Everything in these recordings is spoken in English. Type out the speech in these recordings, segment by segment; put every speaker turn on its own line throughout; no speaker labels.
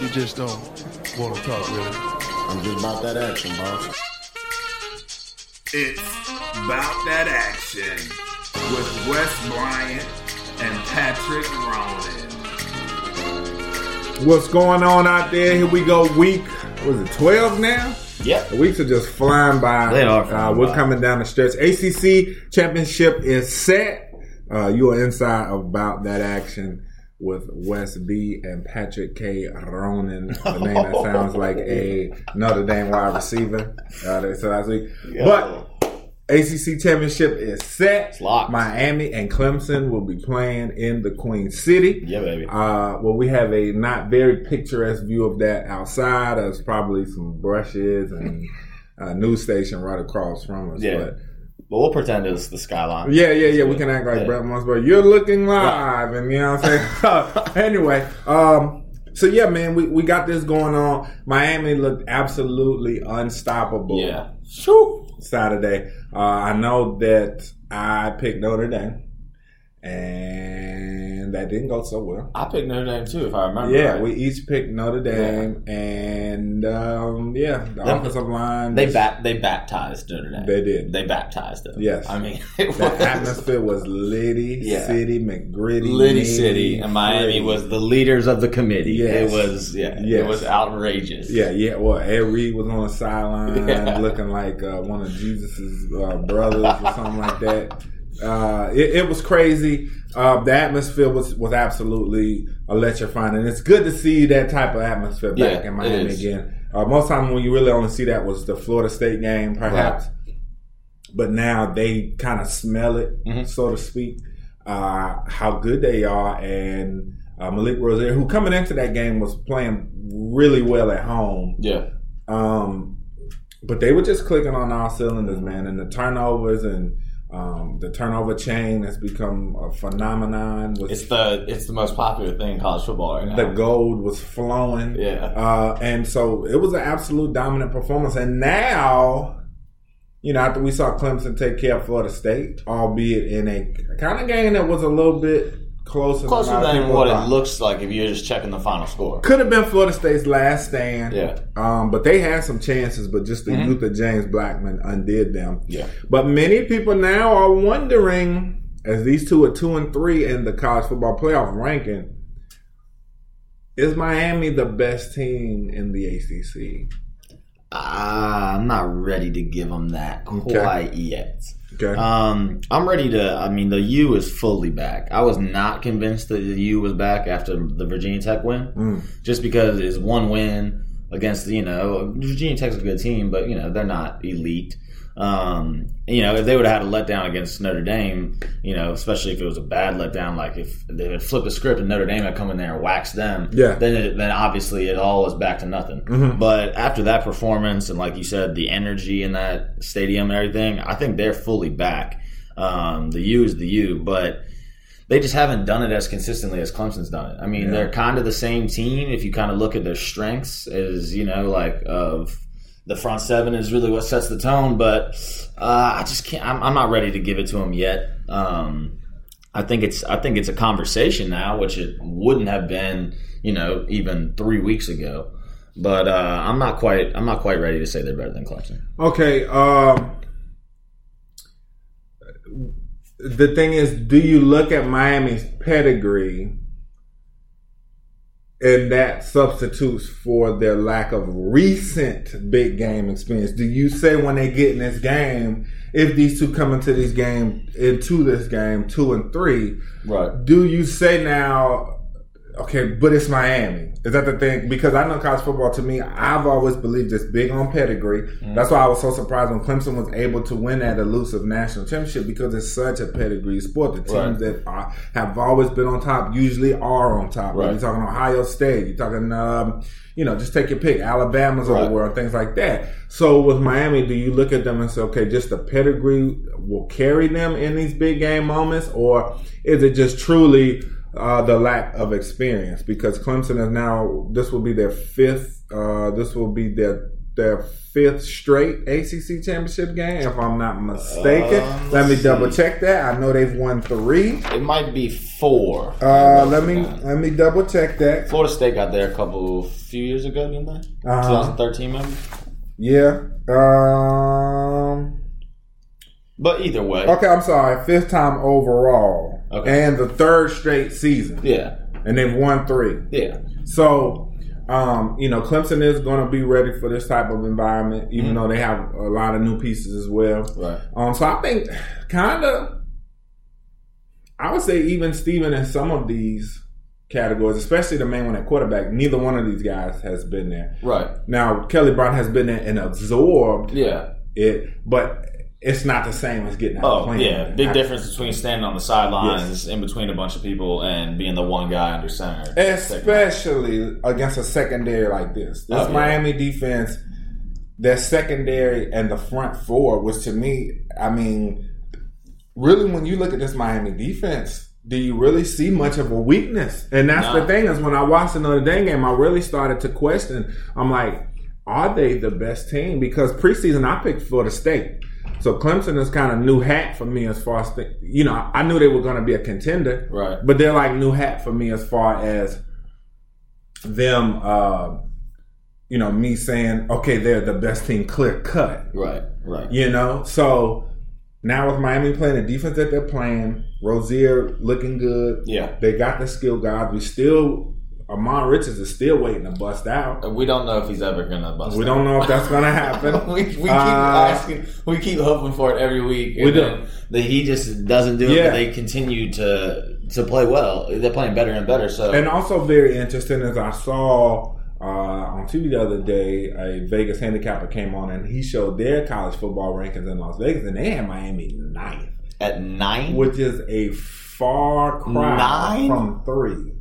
You just don't want to talk, really.
I'm just about that action, boss.
It's About That Action with Wes Bryant and Patrick Ronan.
What's going on out there? Here we go. Week was it twelve now?
Yep.
The weeks are just flying by.
They are flying
uh, we're
by.
coming down the stretch. ACC championship is set. Uh, you are inside about that action with Wes B and Patrick K Ronan, the name that sounds like a Notre Dame wide receiver. Uh, they said last week, but. ACC championship is set.
locked.
Miami and Clemson will be playing in the Queen City.
Yeah, baby.
Uh, well, we have a not very picturesque view of that outside. There's probably some brushes and a news station right across from us.
Yeah.
But
But we'll pretend it's the skyline.
yeah, yeah, yeah. We can act like
Yeah.
Brett Musburger. You're looking live, and you know what I'm saying. anyway, um, so yeah, man, we, we got this going on. Miami looked absolutely unstoppable
Yeah.
Saturday. Uh, I know that I picked Notre Dame, and that didn't go so well.
I picked Notre Dame too, if I remember.
Yeah,
right.
we each picked Notre Dame, and um, yeah, the
Them-
offensive line.
they
just-
bat they baptized Notre Dame.
They did.
They baptized them.
Yes.
I mean, it was
The atmosphere was Liddy
Yeah.
City, McGritty,
Liddy
Navy,
City, and Miami
Gritty.
was the leaders of the committee.
Yes.
It was yeah,
Yes.
it was outrageous.
Yeah, yeah. Well, Ed Reed was on the sideline
Yeah.
looking like uh, one of Jesus's uh, brothers or something like that. Uh, it, it was crazy. Uh, the atmosphere was, was absolutely electrifying, and it's good to see that type of atmosphere back
Yeah,
in
it
Miami
is.
again. Uh, most time when you really only see that was the Florida State game, perhaps. But now they kind of smell it,
Mhm.
so to speak, uh, how good they are, and uh, Malik Rozier, who coming into that game was playing really well at home,
Yeah.
um, but they were just clicking on all cylinders, man. And the turnovers and um, the turnover chain has become a phenomenon. With
It's the it's the most popular thing in college football right now.
the gold was flowing,
yeah.
uh, and so it was an absolute dominant performance. And now, you know, after we saw Clemson take care of Florida State, albeit in a kind of game that was a little bit closer,
Closer
a lot of
than
people
what it
thought.
looks like if you're just checking the final score.
Could have been Florida State's last stand.
Yeah.
Um, but they had some chances, but just the
Mhm.
youth of James Blackman undid them.
Yeah.
But many people now are wondering, as these two are two and three in the college football playoff ranking, is Miami the best team in the ACC?
Ah, I'm not ready to give them that
Okay.
quite yet.
Okay.
Um, I'm ready to. I mean, the U is fully back. I was not convinced that the U was back after the Virginia Tech win,
Mm.
just because it's one win against you know Virginia Tech's a good team, but you know they're not elite. Um, you know, if they would have had a letdown against Notre Dame, you know, especially if it was a bad letdown, like if they had flipped the script and Notre Dame had come in there and waxed them,
Yeah.
then it, then obviously it all is back to nothing.
Mhm.
But after that performance and like you said, the energy in that stadium and everything, I think they're fully back. Um, the U is the U, but they just haven't done it as consistently as Clemson's done it. I mean,
Yeah.
they're kind of the same team if you kind of look at their strengths. Is you know like of the front seven is really what sets the tone, but uh, I just can't. I'm, I'm not ready to give it to them yet. Um, I think it's I think it's a conversation now, which it wouldn't have been, you know, even three weeks ago. But uh, I'm not quite I'm not quite ready to say they're better than Clemson.
Okay. Um, the thing is, do you look at Miami's pedigree and that substitutes for their lack of recent big game experience? Do you say when they get in this game, if these two come into this game, into this game, two and three,
Right.
do you say now, okay, but it's Miami? Is that the thing? Because I know college football to me, I've always believed it's big on pedigree.
Mm-hmm.
That's why I was so surprised when Clemson was able to win that elusive national championship because it's such a pedigree sport. The teams
Right.
that are, have always been on top usually are on top.
Right.
You're talking Ohio State, you're talking, um, you know, just take your pick, Alabama's of
Right.
the world, things like that. So with Miami, do you look at them and say, okay, just the pedigree will carry them in these big game moments, or is it just truly uh, the lack of experience? Because Clemson is now this will be their fifth, uh, this will be their their fifth straight ACC championship game, if I'm not mistaken.
Um,
let me
let's
double
see.
check that. I know they've won three.
It might be four.
Uh, let me
Nah.
let me double check that.
Florida State got there a couple, few years ago, didn't they?
Uh-huh.
2013, maybe.
Yeah. Um.
But either way,
Okay, I'm sorry. Fifth time overall,
Okay.
and the third straight season,
yeah,
and they've won three.
yeah,
So, um, you know, Clemson is going to be ready for this type of environment, even though they have a lot of new pieces as well.
Mm-hmm. right.
Um, so I think kind of, I would say even Steven in some of these categories, especially the main one at quarterback, neither one of these guys has been there.
Right.
Now Kelly Brown has been there and absorbed
Yeah.
it, but it's not the same as getting out
Oh,
playing.
yeah. Big
I-
difference between standing on the sidelines in between a bunch of people and being the one guy under center.
Eh. Especially against a secondary like this. This
Oh, yeah.
Miami defense, their secondary and the front four, which to me, I mean, really when you look at this Miami defense, do you really see much of a weakness? And that's the
No.
thing is when I watched the Notre Dame game, I really started to question. I'm like, are they the best team? Because preseason I picked Florida State. So Clemson is kind of new hat for me as far as thi- you know. I knew they were going to be a contender,
Right.
but they're like new hat for me as far as them uh you know me saying okay they're the best team clear cut
Right. Right.
you know so now with miami playing the defense that they're playing rozier looking good
Yeah.
they got the skill guys we still amon richards is still waiting to bust out
Uh, We don't know if he's ever gonna bust.
we
it.
don't know if that's gonna happen
we, we keep
Uh,
asking, we keep hoping for it every week.
We do.
That he just doesn't do it.
Yeah.
But they continue to to play well. They're playing better and better. So
And also very interesting is I saw uh, on TV the other day a Vegas handicapper came on and he showed their college football rankings in Las Vegas and they had Miami ninth,
at nine,
which is a far cry
Nine?
from three.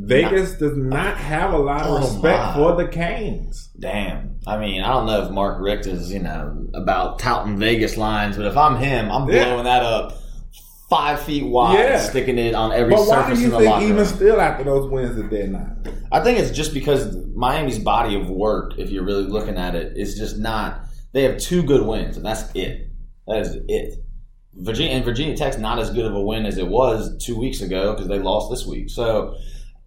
Vegas does not have a lot of
Oh,
respect
my.
for the Canes.
damn. I mean, I don't know if Mark Richt is you know about touting Vegas lines, but if I'm him, I'm
Yeah.
blowing that up five feet wide,
Yeah.
sticking it on every
But why
surface
do you
in the
think
locker
even
room.
still after those wins that they're not?
I think it's just because Miami's body of work, if you're really looking at it, is just not. They have two good wins, and that's it. That is it. Virginia and Virginia Tech's not as good of a win as it was two weeks ago because they lost this week. So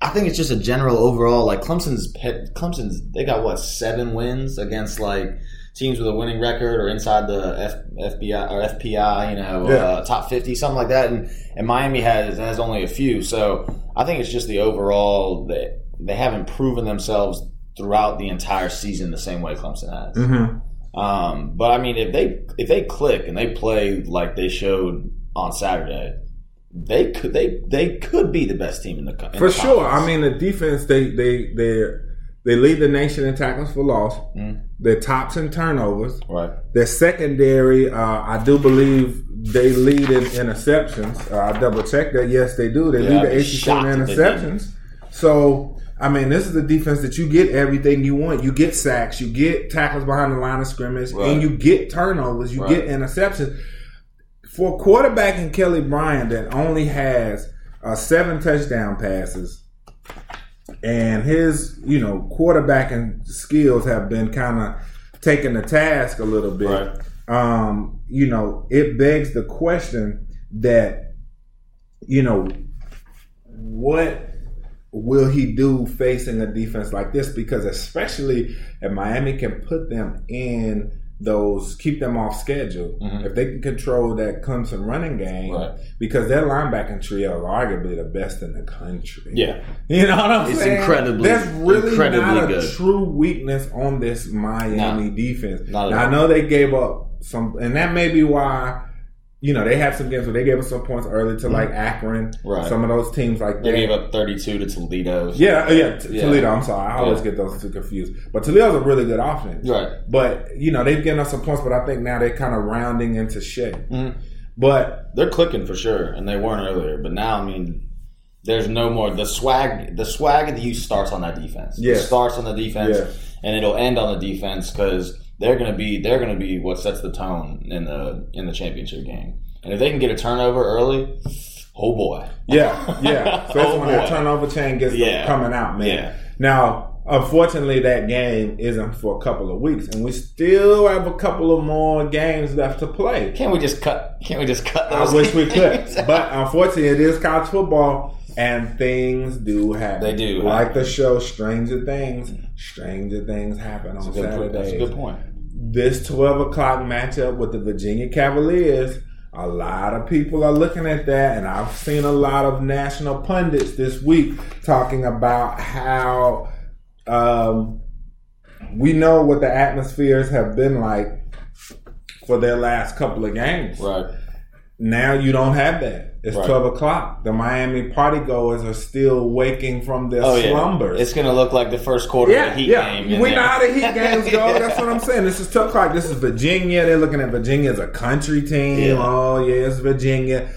I think it's just a general overall like Clemson's pet. Clemson's they got what seven wins against like teams with a winning record or inside the F, FBI or FPI, you know,
Yeah.
uh, top fifty, something like that. And and Miami has has only a few. So I think it's just the overall that they haven't proven themselves throughout the entire season the same way Clemson has.
Mm-hmm.
Um, but I mean, if they if they click and they play like they showed on Saturday, they could they they could be the best team in the country
For sure. I mean, the defense they they they they lead the nation in tackles for loss.
Mm.
They're tops in turnovers.
right?
Their secondary, uh, I do believe they lead in interceptions. Uh, I double checked that. Yes, they do. They
Yeah, I'd
lead
be
the ACC
shocked
in
if they didn't.
interceptions. So, I mean, this is the defense that you get everything you want. You get sacks, you get tackles behind the line of scrimmage,
Right.
and you get turnovers, you
Right.
get interceptions. For a quarterback and Kelly Bryant that only has uh, seven touchdown passes, and his you know quarterbacking skills have been kind of taken to task a little bit.
Right.
Um, you know, it begs the question that you know what will he do facing a defense like this? Because especially if Miami can put them in those, keep them off schedule,
Mhm.
if they can control that Clemson running game,
Right.
because their linebacking trio are arguably the best in the country.
Yeah,
You know what I'm
It's
saying?
incredibly-
That's really
incredibly
not a
good.
true weakness on this Miami
No.
defense.
Not at
Now, I
all.
know they gave up some, and that may be why. You know they had some games where they gave up some points early to like Akron,
Mm-hmm. Right.
some of those teams like
they
that.
gave up thirty two to Toledo.
Yeah, uh, yeah, T-
Yeah.
Toledo. I'm sorry, I always
Yeah.
get those two confused. But Toledo's a really good offense,
right.
but you know they've given us some points. But I think now they're kind of rounding into shape.
Mhm.
But
They're clicking for sure, and they weren't earlier, but now I mean. There's no more the swag. The swag of the youth starts on that defense.
Yes.
It starts on the defense,
Yes.
and it'll end on the defense because they're gonna be they're gonna be what sets the tone in the in the championship game. And if they can get a turnover early, oh boy,
yeah, yeah, so that's
Oh,
when that
boy.
turnover chain gets
Yeah.
coming out, man.
Yeah.
Now, Unfortunately, that game isn't for a couple of weeks, and we still have a couple of more games left to play.
Can't we just cut? Can't we just cut
I
those?
wish we could,
games?
but unfortunately, it is college football, and things do happen.
They do
like
happen.
the show Stranger Things. Stranger things happen on
Good point. that's a
Saturdays.
good point.
This twelve o'clock matchup with the Virginia Cavaliers. A lot of people are looking at that, and I've seen a lot of national pundits this week talking about how um, we know what the atmospheres have been like for their last couple of games.
Right.
Now you don't have that. It's
Right.
12 o'clock. The Miami party goers are still waking from their
Oh yeah.
slumbers.
It's gonna look like the first quarter of
yeah,
the Heat
yeah.
game. in
we
there.
know how the Heat games go. That's what I'm saying. This is 12 o'clock. This is Virginia. They're looking at Virginia as a country team.
Yeah.
Oh, yeah, it's Virginia.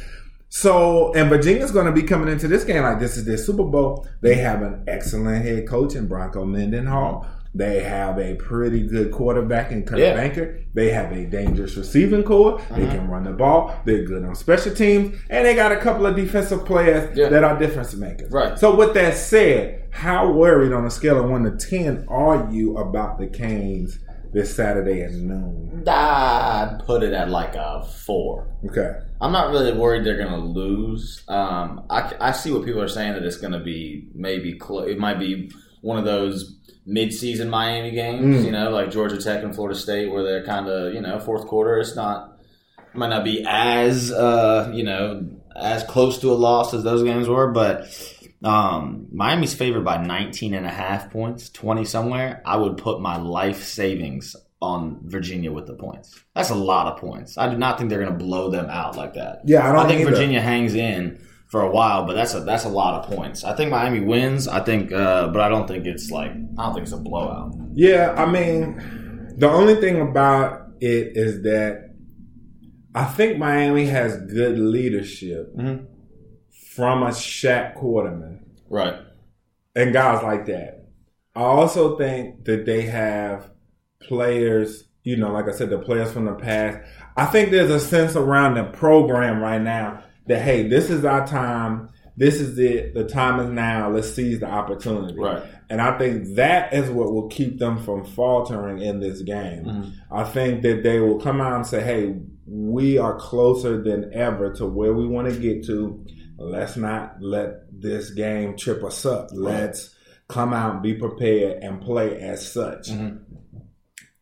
So, and Virginia's going to be coming into this game like this is their Super Bowl. They have an excellent head coach in Bronco Mendenhall. They have a pretty good quarterback in Kurt
Yeah. Uh-huh.
Banker. They have a dangerous receiving core. They can run the ball. They're good on special teams. And they got a couple of defensive players
Yeah.
that are difference makers.
Right.
So, with that said, how worried on a scale of 1 to 10 are you about the Canes this Saturday at noon?
I'd put it at like a four.
Okay.
I'm not really worried they're going to lose. Um, I, I see what people are saying that it's going to be maybe clo- it might be one of those mid-season Miami games,
Mm.
you know, like Georgia Tech and Florida State, where they're kind of you know fourth quarter. It's not it might not be as uh, you know as close to a loss as those games were, but um, Miami's favored by 19 and a half points, 20 somewhere. I would put my life savings on Virginia with the points. That's a lot of points. I do not think they're going to blow them out like that.
Yeah, I don't
I think
either.
Virginia hangs in for a while, but that's a that's a lot of points. I think Miami wins. I think, uh, but I don't think it's like I don't think it's a blowout.
Yeah, I mean, the only thing about it is that I think Miami has good leadership
Mhm.
from a Shaq Quarterman
Right.
and guys like that. I also think that they have players, you know, like I said, the players from the past. I think there's a sense around the program right now that hey, this is our time. This is it. The time is now. Let's seize the opportunity.
Right.
And I think that is what will keep them from faltering in this game.
Mhm.
I think that they will come out and say, hey, we are closer than ever to where we want to get to. Let's not let this game trip us up. Let's come out, be prepared, and play as such.
Mhm.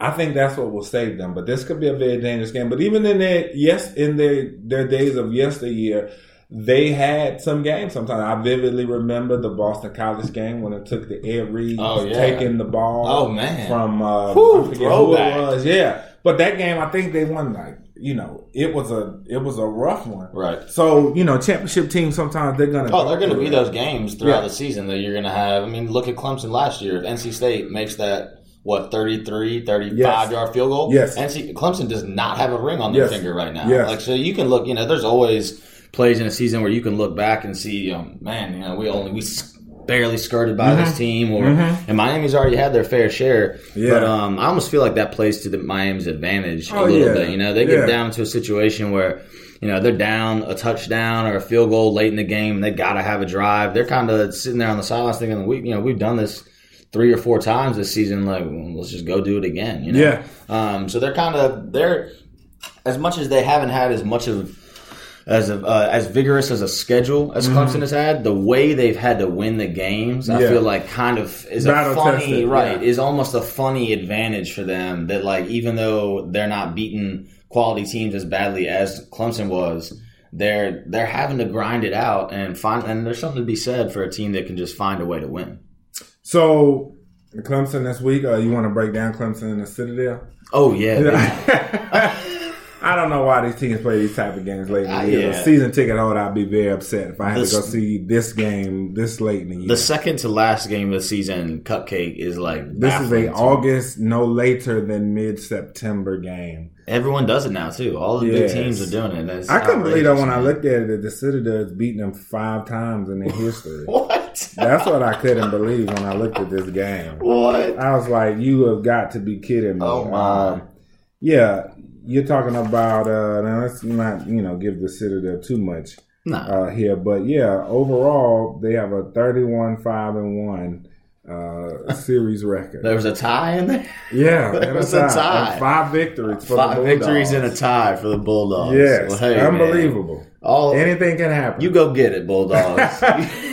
I think that's what will save them. But this could be a very dangerous game. But even in their yes, in their their days of yesteryear, they had some games. Sometimes I vividly remember the Boston College game when it took the Ed Reed
Oh, yeah.
taking the ball
Oh man.
from uh,
Whew,
I forget who it
throwback.
was. Yeah, but that game, I think they won. Like you know, it was a it was a rough one.
right.
So you know, championship teams sometimes they're gonna
Oh, they're going to
through
be
that.
those games throughout
Yeah.
the season that you're going to have. I mean, look at Clemson last year. If NC State makes that, what, 33, 35
Yes.
yard field goal?
Yes.
NC, Clemson does not have a ring on their
Yes.
finger right now.
Yes.
Like, so you can look, you know, there's always plays in a season where you can look back and see, um, man, you know, we only, we s- barely skirted by this
Mm-hmm.
team or, and Miami's already had their fair share.
Yeah.
But, um, I almost feel like that plays to the Miami's advantage a
Oh,
little
yeah.
bit. You know, they get
Yeah.
down down to a situation where you know they're down a touchdown or a field goal late in the game and they gotta have a drive they're kind of sitting there on the sidelines thinking we you know we've done this three or four times this season like well, let's just go do it again you know
Yeah.
um, so they're kind of they're as much as they haven't had as much of as of, uh, as vigorous as a schedule as Clemson has had, the way they've had to win the games, I
Mm-hmm. Yeah.
feel like kind of is a
Battle
funny
tested,
right
yeah.
is almost a funny advantage for them that like even though they're not beating quality teams as badly as Clemson was, they're they're having to grind it out and find and there's something to be said for a team that can just find a way to win.
So Clemson this week. Uh, you want to break down Clemson and the Citadel?
Oh yeah,
I don't know why these teams play these type of games late in
Ah,
the year.
yeah.
As a Season ticket holder, I'd be very upset if I had
This-
to go see this game this late in the year.
the second to last game of the season, Cupcake is like
this is
baffling
a
to me.
August, no later than mid September game.
Everyone does it now too. All the
Yes.
big teams are doing it. It's
I couldn't believe that
outrageous,
when I
man.
looked at it, that the Citadel has beaten them five times in their history.
What?
That's what I couldn't believe when I looked at this game.
What?
I was like, you have got to be kidding me.
Oh, my.
Um, yeah, you're talking about, uh, now let's not, you know, give the Citadel too much
Nah.
uh, here. But yeah, overall, they have a 31 5 and 1 uh, series record.
There was a tie in there.
Yeah,
There
and
was a tie.
And Five victories for
Five
the
victories and
Bulldogs.
a tie for the Bulldogs.
Yes,
Well, hey, man.
unbelievable.
All
Anything can happen.
you go get it, Bulldogs.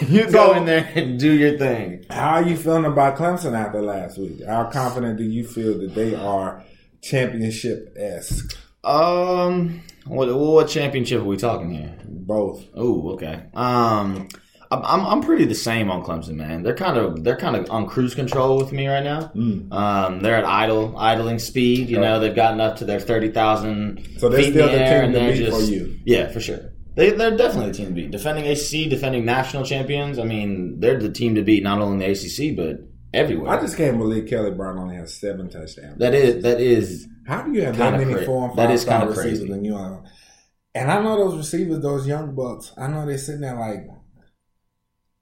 you
So-
go in there and do your thing.
How are you feeling about Clemson after last week? How confident do you feel that they are championship esque?
Um, what what championship are we talking here?
Both.
Oh, okay. Um, I'm I'm I'm pretty the same on Clemson, man. They're kind of they're kind of on cruise control with me right now.
Hmm.
Um, they're at idle idling speed. You know, they've gotten up to their thirty thousand.
So they're
feet in
still
the,
the
air,
team
and
to
they're
beat
just,
for you.
Yeah, for sure. They, they're definitely the team to beat. Defending ACC, defending national champions. I mean, they're the team to beat not only in the ACC but everywhere.
I just can't believe Kelly Brown only has seven touchdowns.
that is that is
How do you have that
Kinda
many
cra-
four and
that
five
is
star
kinda
receivers
crazy.
than you are? And I know those receivers, those young bucks. I know they're sitting there like,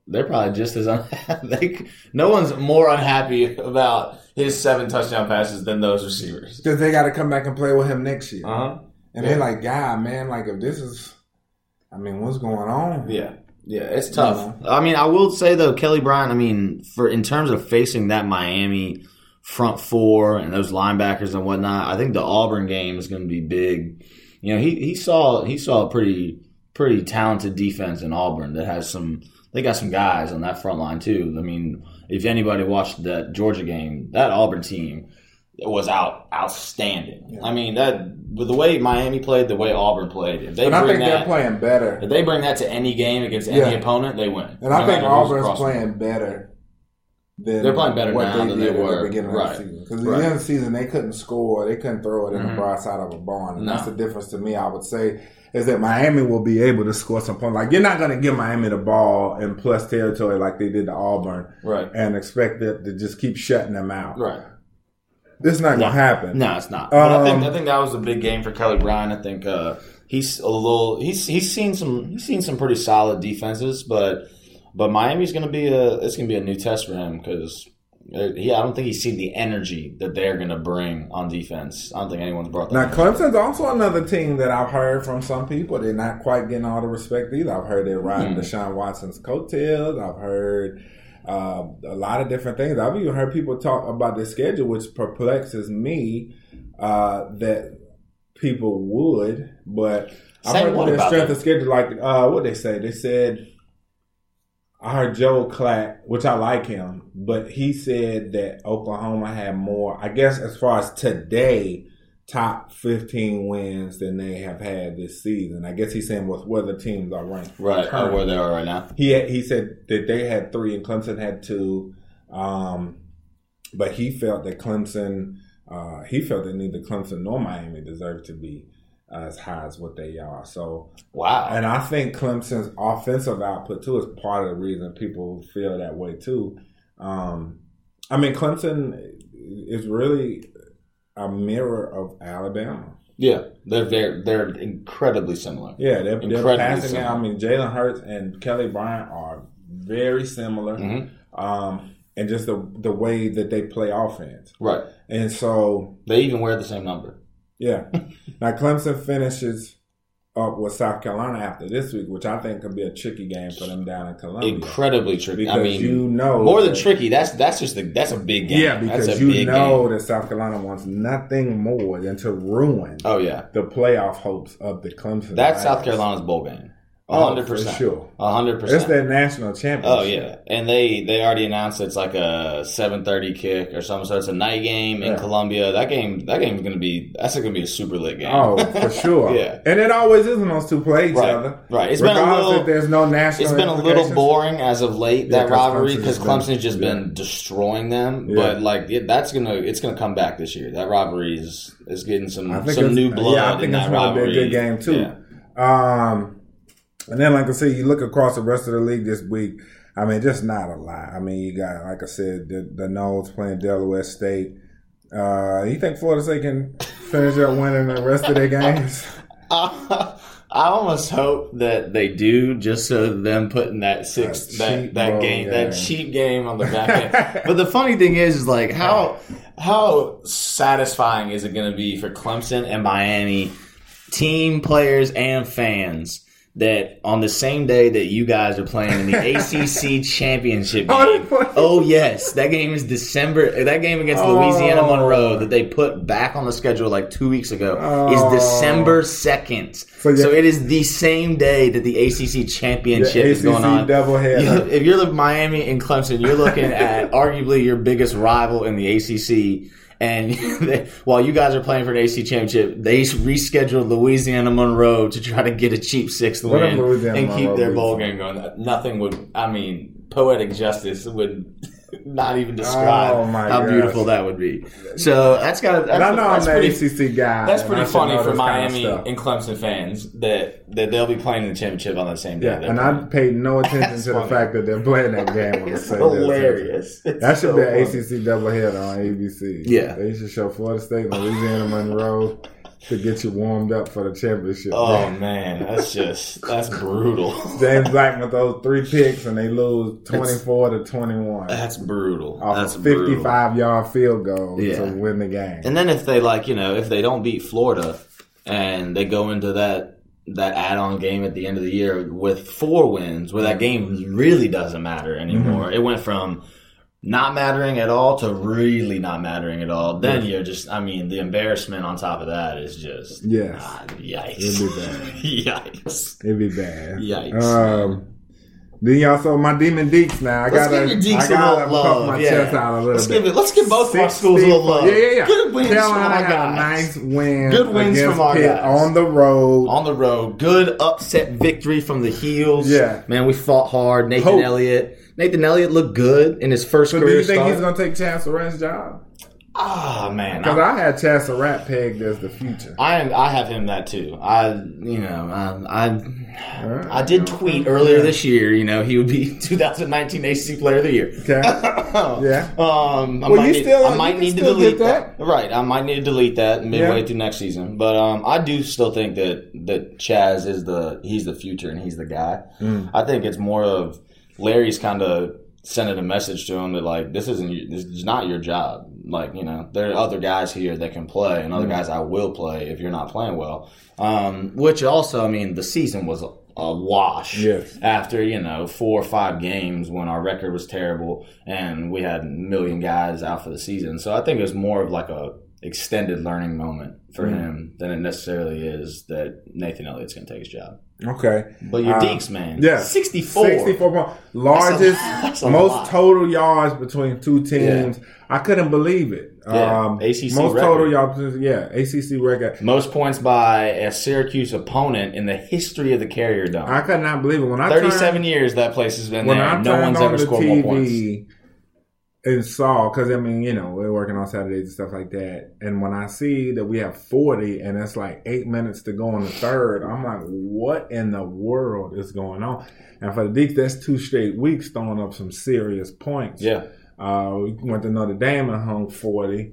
they're probably just as unhappy. they, c- no one's more unhappy about his seven touchdown passes than those receivers.
because they got to come back and play with him next year.
Uh huh.
and they're like, God, man, like if this is, I mean, what's going on?
Yeah. Yeah, it's tough. I mean, I will say though, Kelly Bryant, I mean, for in terms of facing that Miami front four and those linebackers and whatnot, I think the Auburn game is gonna be big. You know, he, he saw he saw a pretty pretty talented defense in Auburn that has some they got some guys on that front line too. I mean, if anybody watched that Georgia game, that Auburn team was out outstanding. I mean, that with the way Miami played, the way Auburn played, if they
And I
bring
think they're
that
playing better.
if they bring that to any game against any
Yeah.
opponent, they win.
And I
No
think
matter who's
Auburn's
across them.
playing better. Than
They're playing better
what
now than they
did at
were.
the beginning
Right. Mm-hmm.
of the season. Because at the end of the season, they couldn't score, they couldn't throw it in the broad side of a barn. And
No.
that's the difference to me. I would say is that Miami will be able to score some points. Like you're not going to give Miami the ball in plus territory like they did to Auburn,
Right.
and expect them to just keep shutting them out.
Right.
It's not going to happen.
No, it's not. But I think
Um,
I think that was a big game for Kelly Bryan. I think uh, he's a little he's he's seen some he's seen some pretty solid defenses, but but Miami's going to be a it's going to be a new test for him because. Yeah, I don't think he's seen the energy that they're going to bring on defense. I don't think anyone's brought that.
Now Clemson's also another team that I've heard from some people they're not quite getting all the respect either. I've heard they're
Mm-hmm.
riding Deshaun Watson's coattails. I've heard uh, a lot of different things. I've even heard people talk about the schedule, which perplexes me uh, that people would. But I've
Say
heard
what
their
about
strength
that?
of schedule, like uh, what they say. They said I heard Joe Clatt, which I like him, but he said that Oklahoma had more, I guess, as far as today, top 15 wins than they have had this season. I guess he's saying with where the teams are ranked.
right or
currently.
where they are right now.
He, had, he said that they had three and Clemson had two, um, but he felt that Clemson, uh, he felt that neither Clemson nor Miami deserved to be as high as what they are. So,
Wow.
and I think Clemson's offensive output too is part of the reason people feel that way too. Um, I mean, Clemson is really a mirror of Alabama.
Yeah, they're they're they're incredibly similar.
Yeah, they're, they're
Incredibly
passing. out. I
similar.
mean, Jalen Hurts and Kelly Bryant are very similar,
Mhm.
um, and just the the way that they play offense.
Right.
And so,
They even wear the same number.
yeah, now Clemson finishes. Up with South Carolina after this week, which I think could be a tricky game for them down in Columbia.
incredibly tricky.
because
I mean,
you know
more than
that-
tricky. That's that's just a, that's a big game.
Yeah,
that's
because
a
you
big
know
Game.
that South Carolina wants nothing more than to ruin
Oh yeah,
the playoff hopes of the Clemson.
that's
Tigers.
South Carolina's bowl game. A
Oh,
hundred
for
percent.
sure.
A hundred
It's
percent.
their national championship.
Oh yeah, and they they already announced it's like a seven thirty kick or something. So it's a night game in
Yeah.
Columbia. That game that game's gonna be that's gonna be a super lit game.
Oh, for sure.
Yeah.
And it always is when those two play each
Right,
other.
right. It's been a
Regardless
little-
if there's no national
It's been a little
implications.
boring as of late
Yeah,
that
'cause
rivalry
Clemson's
because
been-
Clemson's just
yeah.
been destroying them.
Yeah.
But like it, that's gonna it's gonna come back this year. That rivalry is is getting some
I think
some
it's-
new blood.
Yeah, I
in
think
that
it's going to be a
rivalry.
good game too.
Yeah.
Um, and then, like I said, you look across the rest of the league this week. I mean, just not a lot. I mean, you got like I said, the, the Knowles playing Delaware State. Uh, you think Florida State can finish up winning the rest of their games?
I almost hope that they do, just so them putting that six
That cheap
that that
bowl
game,
game.
that cheap game on the back end. but the funny thing is, is like how how satisfying is it going to be for Clemson and Miami team players and fans that on the same day that you guys are playing in the ACC championship
Oh, they
game.
play-
Oh yes, that game is December. That game against
Oh.
Louisiana Monroe that they put back on the schedule like two weeks ago
Oh.
is December second. So,
So yeah-
it is the same day that the ACC championship
The
is going
ACC
on.
doubleheader.
You- if you're the Miami and Clemson, you're looking at arguably your biggest rival in the ACC. And while you guys are playing for an ACC championship, they rescheduled Louisiana Monroe to try to get a cheap sixth
What if
win
Louisiana
and keep
Monroe
their
beats
bowl
them?
game going. Nothing would, I mean, poetic justice would not even describe
Oh, my
how
gosh.
beautiful that would be. So that's got to.
And I know
that's
I'm
pretty,
an ACC guy.
that's
and
pretty
I should
funny
know
for
this kinda
Miami
stuff.
and Clemson fans that, that they'll be playing in the championship on the same day.
Yeah, and I paid no attention to the
funny.
fact that they're playing that game. on the
it's
same day.
hilarious. It's
That should
so
be
funny.
an ACC doubleheader on ABC.
Yeah.
they should show Florida State, and Louisiana Monroe to get you warmed up for the championship.
Oh man, that's just that's brutal.
James Black with those three picks, and they lose twenty four to twenty one.
That's brutal.
Off
That's
a fifty
brutal.
five yard field goal
Yeah.
to win the game.
And then if they like, you know, if they don't beat Florida and they go into that that add-on game at the end of the year with four wins, where that game really doesn't matter
Mm-hmm.
anymore. It went from not mattering at all to really not mattering at all. Then you're just, I mean, the embarrassment on top of that is just,
Yes.
ah,
It'd
yikes,
be bad.
yikes.
It'd be bad.
Yikes.
Um, then y'all saw my demon deeks. Now I
Let's
gotta,
give your Deeks
I
a
gotta
little
puff
love,
my
yeah.
chest out a little
Let's
bit.
give it. Let's give both of our schools a little love.
Yeah, yeah, yeah.
Good wins
Carolina
from our
had a
guys.
nice win.
Good wins
against
from our
Pitt
guys.
on the road.
on the road. Good upset victory from the heels.
Yeah.
man, we fought hard. Nathan
Hope.
Elliott. Nathan Elliott looked good in his first
so do
career
you think
start.
he's gonna take Chance Rant's job?
Ah, man,
Because
I,
I had Chance Rant pegged as the future.
I am. I have him that too. I, you know, um, I,
Alright.
I did tweet earlier this year. You know, he would be 2019 ACC Player of the Year.
Okay. yeah.
Um, I
Well,
might
you
need,
still-
I might
you can
need to
still
delete
get that.
that. Right, I might need to delete that midway
Yeah.
through next season. But um, I do still think that that Chaz is the he's the future and he's the guy.
Hmm.
I think it's more of Larry's kind of sending a message to him that like this isn't your- this is not your job. Like you know, there are other guys here that can play, and
Hmm.
other guys I will play if you're not playing well. Um, which also, I mean, the season was. A, a wash
Yes.
after you know four or five games when our record was terrible and we had a million guys out for the season. So I think it was more of like a extended learning moment for
Mm.
him than it necessarily is that Nathan Elliott's going to take his job.
Okay.
But your
Uh,
Deeks, man,
yeah.
64.
64 points. Largest,
that's a
most
lot.
total yards between two teams. I couldn't believe it.
Yeah,
Um,
ACC
most
record.
total yards. Yeah, ACC record.
Most points by a Syracuse opponent in the history of the Carrier Dome.
I could not believe it when I turned,
37 years that place has been
when
there.
I
and No
turned
one's
on
ever
the
scored more points.
TV and saw because I mean you know we're working on Saturdays and stuff like that, and when I see that we have forty and it's like eight minutes to go in the third, I'm like, what in the world is going on? And for the Deeks, that's two straight weeks throwing up some serious points.
Yeah,
Uh, we went to Notre Dame and hung 40.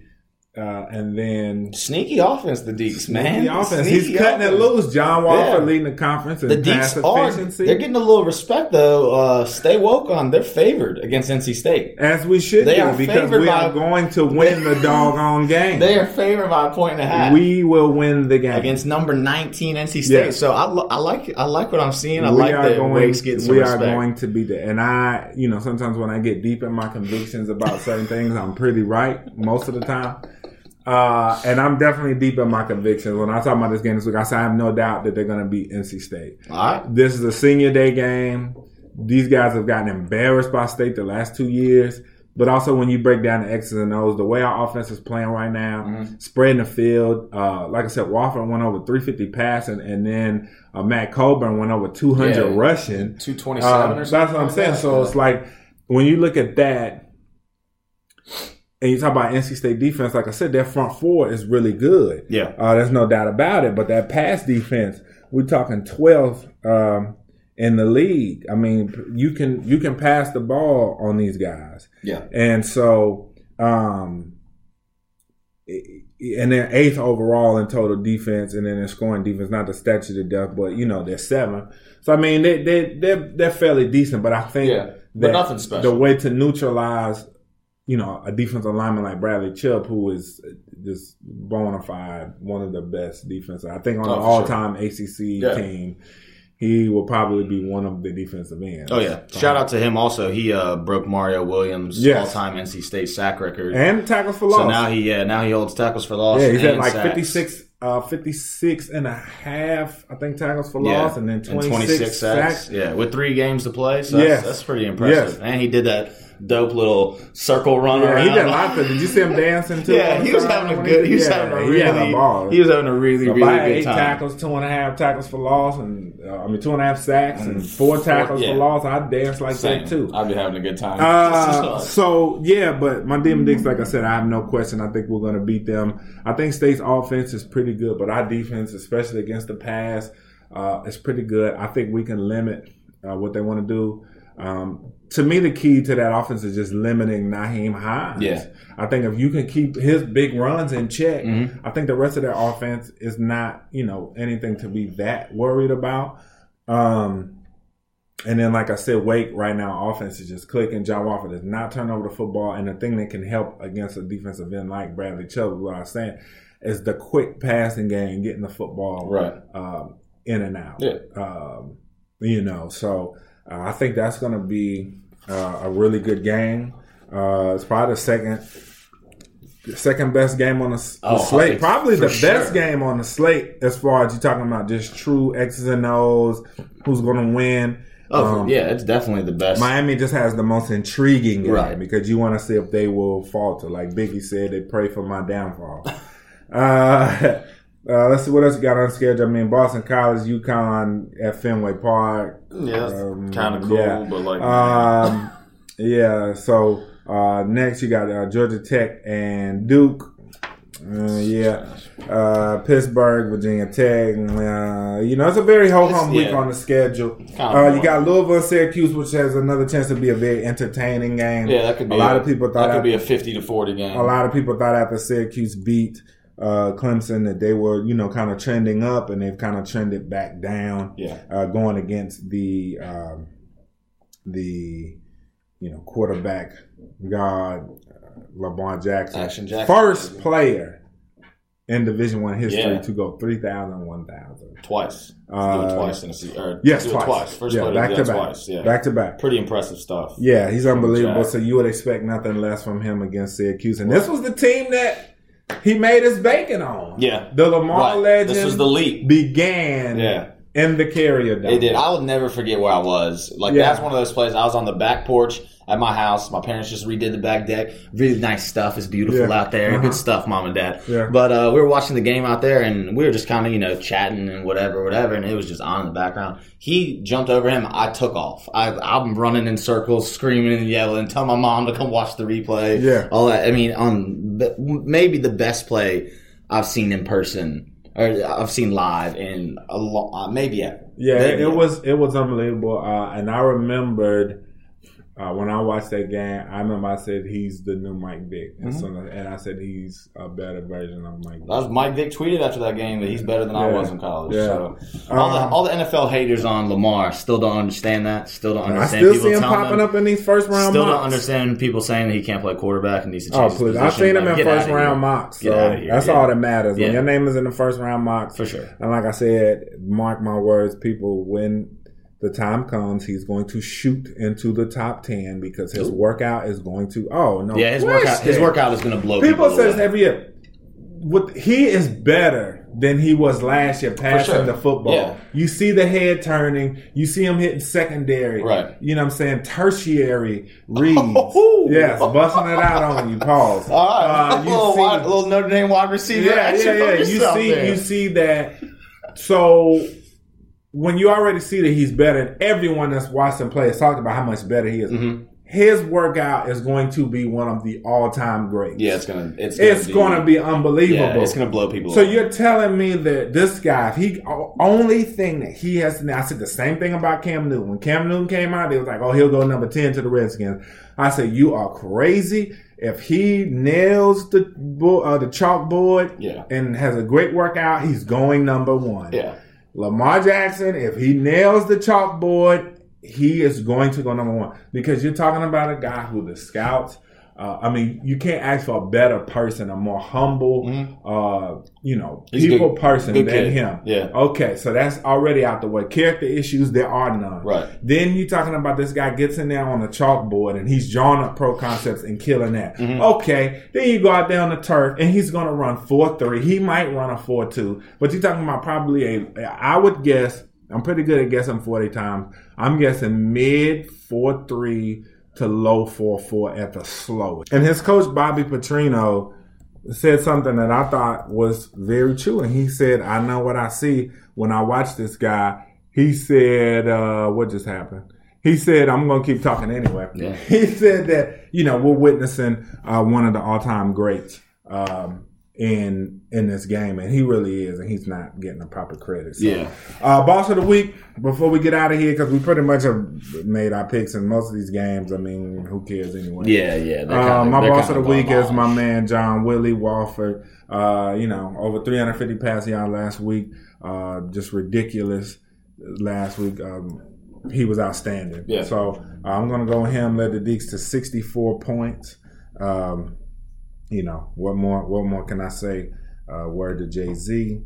Uh, and then
sneaky offense, the Deeks, man.
the offense,
Sneaky
he's cutting it
offense.
loose. John Wall
Yeah.
for leading the conference
The
in pass
Deeks are
efficiency.
they're getting a little respect though. Uh, stay woke on they're favored against NC State.
as we should
They
do
are
because
favored
we
by-
are going to win the doggone game.
They are favored by a point and a half
we will win the game.
against number nineteen NC State.
Yeah.
So I, lo- I like I like what I'm seeing. I
we
like
are
that
going.
Wakes getting some
we
respect.
are going to be there. And I, you know, sometimes when I get deep in my convictions about certain things, I'm pretty right most of the time. Uh, and I'm definitely deep in my convictions. When I talk about this game this week, I said I have no doubt that they're going to beat NC State.
All right.
This is a senior day game. These guys have gotten embarrassed by state the last two years. But also, when you break down the X's and O's, the way our offense is playing right now,
Mm-hmm.
spreading the field. Uh, like I said, Wofford went over 350 passing, and then uh, Matt Colburn went over 200
Yeah.
rushing.
Two twenty
Um,
seven or
that's
something.
what I'm
like
saying.
that.
So it's like when you look at that, and you talk about NC State defense. Like I said, their front four is really good.
Yeah.
uh, there's no doubt about it. But that pass defense, we're talking 12th um, in the league. I mean, you can you can pass the ball on these guys.
Yeah.
And so, um, and they're eighth overall in total defense, and then in scoring defense, not the statue to death, but you know they're seventh. So I mean, they they they're, they're fairly decent, but I think
Yeah, but
that
nothing special.
The way to neutralize, you know, a defensive lineman like Bradley Chubb, who is just bona fide one of the best defenses, I think on
Oh,
the
for
all time ACC
Yeah.
team. he will probably be one of the defensive ends.
Oh yeah! Shout out to him. Also, he uh, broke Mario Williams'
Yes.
all-time NC State sack record.
and tackles for loss.
so now he yeah now he holds tackles for loss.
yeah, he's at
and
like
sacks.
56, uh, 56 and a half, I think, tackles for
Yeah,
loss, and then 26, sacks.
Yeah, with three games to play, so that's,
Yes.
that's pretty
Yes.
impressive. And he did that dope little circle run
Yeah,
around.
he did lots of. Did you see him dancing too?
yeah, he was having a good. He was having a really.
He had a ball.
He was having a really
So
really
Bayard, eight
good time.
tackles, two and a half tackles for loss, and uh, I mean two and a half sacks and four tackles
yeah.
for loss. I danced like
Same.
that too.
I'd be having a good time.
Uh, so yeah, but my DMDs, like I said, I have no question. I think we're going to beat them. I think State's offense is pretty good, but our defense, especially against the pass, uh, is pretty good. I think we can limit uh, what they want to do. Um, to me, the key to that offense is just limiting Naheem Hines.
Yeah. Mm-hmm.
I think if you can keep his big runs in check, I think the rest of their offense is not, you know, anything to be that worried about. Um, and then, like I said, Wake right now offense is just clicking. John Wofford does not turn over the football, and the thing that can help against a defensive end like Bradley Chubb, what I was saying, is the quick passing game, getting the football
Right.
um, in and out.
Yeah.
Um, you know, so uh, I think that's going to be uh, a really good game. Uh, it's probably the second, the second best game on the, s- the
Oh,
slate.
I-
Probably
for
the
sure.
best game on the slate as far as you're talking about just true X's and O's, who's going to win.
oh
Um,
yeah, it's definitely the best.
Miami just has the most intriguing game
Right.
because you want to see if they will falter. Like Biggie said, they pray for my downfall. uh, uh, let's see what else we got on schedule. I mean, Boston College, UConn at Fenway Park.
yeah,
Um,
kind of cool,
yeah.
but like
Um, yeah, so uh, next you got uh, Georgia Tech and Duke. Uh, yeah, uh, Pittsburgh, Virginia Tech. Uh, you know, it's a very ho hum
It's-
week
yeah.
on the schedule.
Kinda
Uh, you
boring.
got Louisville, Syracuse, which has another chance to be a very entertaining game.
yeah, that could be
a lot of people thought
that
after,
could be a fifty to forty game.
a lot of people thought after Syracuse beat uh, Clemson that they were you know kind of trending up, and they've kind of trended back down
Yeah.
uh, going against the um, the you know quarterback god uh, LeBron Jackson,
Action Jackson.
first player in Division One history
Yeah.
to go 3,000, 1,000.
Twice.
Uh,
do it twice in a season. Or
Yes,
do it
twice.
First
yeah,
player
back
do
to
that
back,
twice. Yeah.
back to back.
Pretty impressive stuff.
Yeah, he's unbelievable.
Jack.
So you would expect nothing less from him against Syracuse, and this was the team that he made his bacon on.
Yeah.
the Lamar
Right.
legend.
This was the leap.
began.
Yeah.
in the carrier. dome.
It did. I will never forget where I was. Like
Yeah.
that's one of those places. I was on the back porch at my house. My parents just redid the back deck. Really nice stuff. It's beautiful
Yeah.
out there.
Uh-huh.
Good stuff, mom and dad.
Yeah.
But uh, we were watching the game out there, and we were just kind of you know chatting and whatever, whatever. And it was just on in the background. He jumped over him. I took off. I, I'm running in circles, screaming and yelling. Tell my mom to come watch the replay.
Yeah.
All that. I mean, on the- maybe the best play I've seen in person. Or I've seen live in a long, uh, maybe ever.
Yeah, it,
Maybe ever.
it was it was unbelievable. Uh, and I remembered uh, when I watched that game. I remember I said he's the new Mike Vick,
Mm-hmm.
and, so, and I said he's a better version of Mike. Vick.
That was Mike Vick tweeted after that game that he's better than I
Yeah.
was in college.
Yeah.
So all,
Um,
the, all the NFL haters on Lamar still don't understand that. Still don't
I
understand.
still
people
see him
telling
popping
them-
up in these first round.
Still don't
mocks.
understand people saying that he can't play quarterback and needs to change
Oh
his
please!
position.
I've seen him
Like,
in
get
first
outta here.
round mocks. So
Get outta here,
that's
yeah.
all that matters. When
Yeah.
your name is in the first round mocks,
For sure.
And like I said, mark my words, people. When the time comes, he's going to shoot into the top ten because his workout is going to. Oh no!
Yeah, his workout, his
question.
workout is going to blow people,
People says
away.
every year, what he is better than he was last year passing
sure.
the football.
Yeah.
You see the head turning. You see him hitting secondary.
Right. Oh.
You know what I'm saying? Tertiary reads. yes, busting it out on you. Pause.
All right,
Uh,
Oh, a little, wide, little Notre Dame wide receiver.
yeah,
action
yeah, yeah.
for
You see,
yourself there.
you see that. So when you already see that he's better, and everyone that's watched him play has talked about how much better he is.
Mm-hmm.
His workout is going to be one of the all-time greats.
yeah, it's going to. It's going
It's going to be unbelievable.
Yeah, it's going to blow people.
So
away.
you're telling me that this guy, if he o- only thing that he has to I said the same thing about Cam Newton. When Cam Newton came out, they was like, "Oh, he'll go number ten to the Redskins." I said, "You are crazy." If he nails the bo- uh, the chalkboard
Yeah.
and has a great workout, he's going number one.
yeah.
Lamar Jackson, if he nails the chalkboard, he is going to go number one because you're talking about a guy who the scouts, Uh, I mean, you can't ask for a better person, a more humble, uh, you know,
Mm-hmm. He's a
people
good-
person
good
than
kid.
him.
Yeah.
Okay, so that's already out the way. Character issues, there are none.
Right.
Then you talking about this guy gets in there on the chalkboard and he's drawing up pro concepts and killing that. Okay. Then you go out there on the turf and he's going to run four three. He might run a four two, but you're talking about probably a. I would guess. I'm pretty good at guessing forty times. I'm guessing mid four three to low four four at the slowest. And his coach Bobby Petrino said something that I thought was very true. And he said, I know what I see when I watch this guy. He said, uh, what just happened? He said, I'm going to keep talking anyway.
Yeah.
He said that, you know, we're witnessing uh, one of the all time greats. Um, in in this game, and he really is, and he's not getting the proper credit. So,
Yeah.
uh, boss of the week. Before we get out of here, because we pretty much have made our picks in most of these games. I mean, who cares anyway?
Yeah, yeah. they're
Uh,
kinda-
my
they're
boss of
kinda
the week is my
garbage.
man John Willie Walford. Uh, you know, over 350 pass yards last week. Uh, just ridiculous last week. Um, he was outstanding.
Yeah.
So uh, I'm gonna go with him. Led the Deeks to 64 points. Um, you know what more? What more can I say? Uh, word to Jay Z.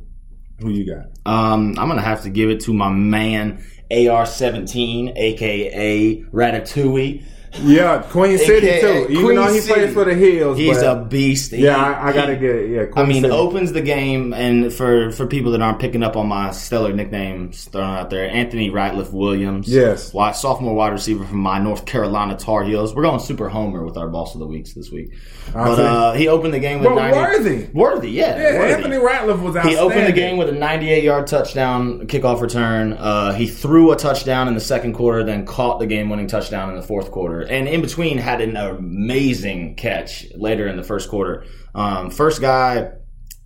Who you got?
Um, I'm gonna have to give it to my man AR17, aka Ratatouille.
Yeah, Queen City
AKA
too. Even
Queen
though he
City.
plays for the Hills,
He's
but-
a beast. He-
yeah. I, I gotta
he-
get it. yeah.
I
Queen
mean,
City.
opens the game, and for for people that aren't picking up on my stellar nicknames thrown out there, Anthony Ratliff Williams,
Yes.
wide, sophomore wide receiver from my North Carolina Tar Heels. We're going super homer with our boss of the weeks this week, but
see.
uh, he opened the game with
But
90
worthy.
worthy, yeah,
Yeah,
worthy.
Anthony Ratliff was outstanding.
He opened the game with a 98-yard touchdown kickoff return. Uh, he threw a touchdown in the second quarter, then caught the game-winning touchdown in the fourth quarter, and in between had an amazing catch later in the first quarter. Um, first guy,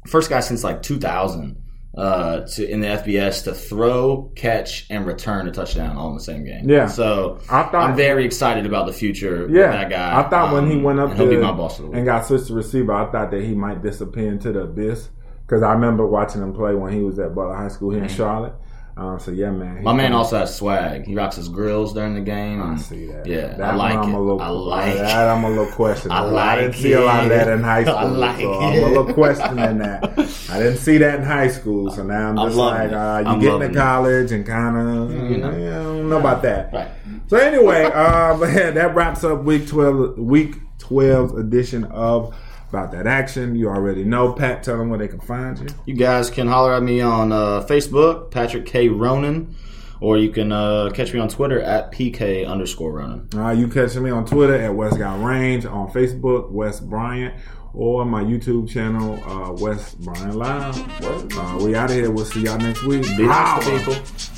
first guy since like 2000 uh, to in the FBS to throw, catch, and return a touchdown all in the same game.
Yeah.
so
I thought-
I'm very excited about the future. with
Yeah,
that guy.
I thought when he
Um,
went up
and
to
he'll be my boss of the week.
and got switched to receiver, I thought that he might disappear into the abyss because I remember watching him play when he was at Butler High School here in Charlotte. Um, so yeah, man,
My man also has swag. He rocks his grills during the game.
I see that.
Yeah,
That
I like
one I'm
it.
A little,
I like
that. I'm a little questioning.
I like
didn't see a lot of
it.
that in high
I
school.
like
so I'm a
it.
little questioning that. I didn't see that in high school, so now I'm
I'm
just like,
loving it.
uh, you
I'm
get into
loving it. Mm-hmm.
college and kind of, you know, I don't know about that.
Right.
So anyway, uh, man, that wraps up week twelve, week twelve edition of about that action. You already know, Pat. Tell them where they can find you.
You guys can holler at me on uh, Facebook, Patrick K Ronan, or you can uh, catch me on Twitter at PK underscore Ronan.
Uh, you catching me on Twitter at West Got Range, on Facebook, West Bryant, or my YouTube channel, uh, West Bryant Live. Uh, we out of here. We'll see y'all next week.
Be nice to
Holla.
people.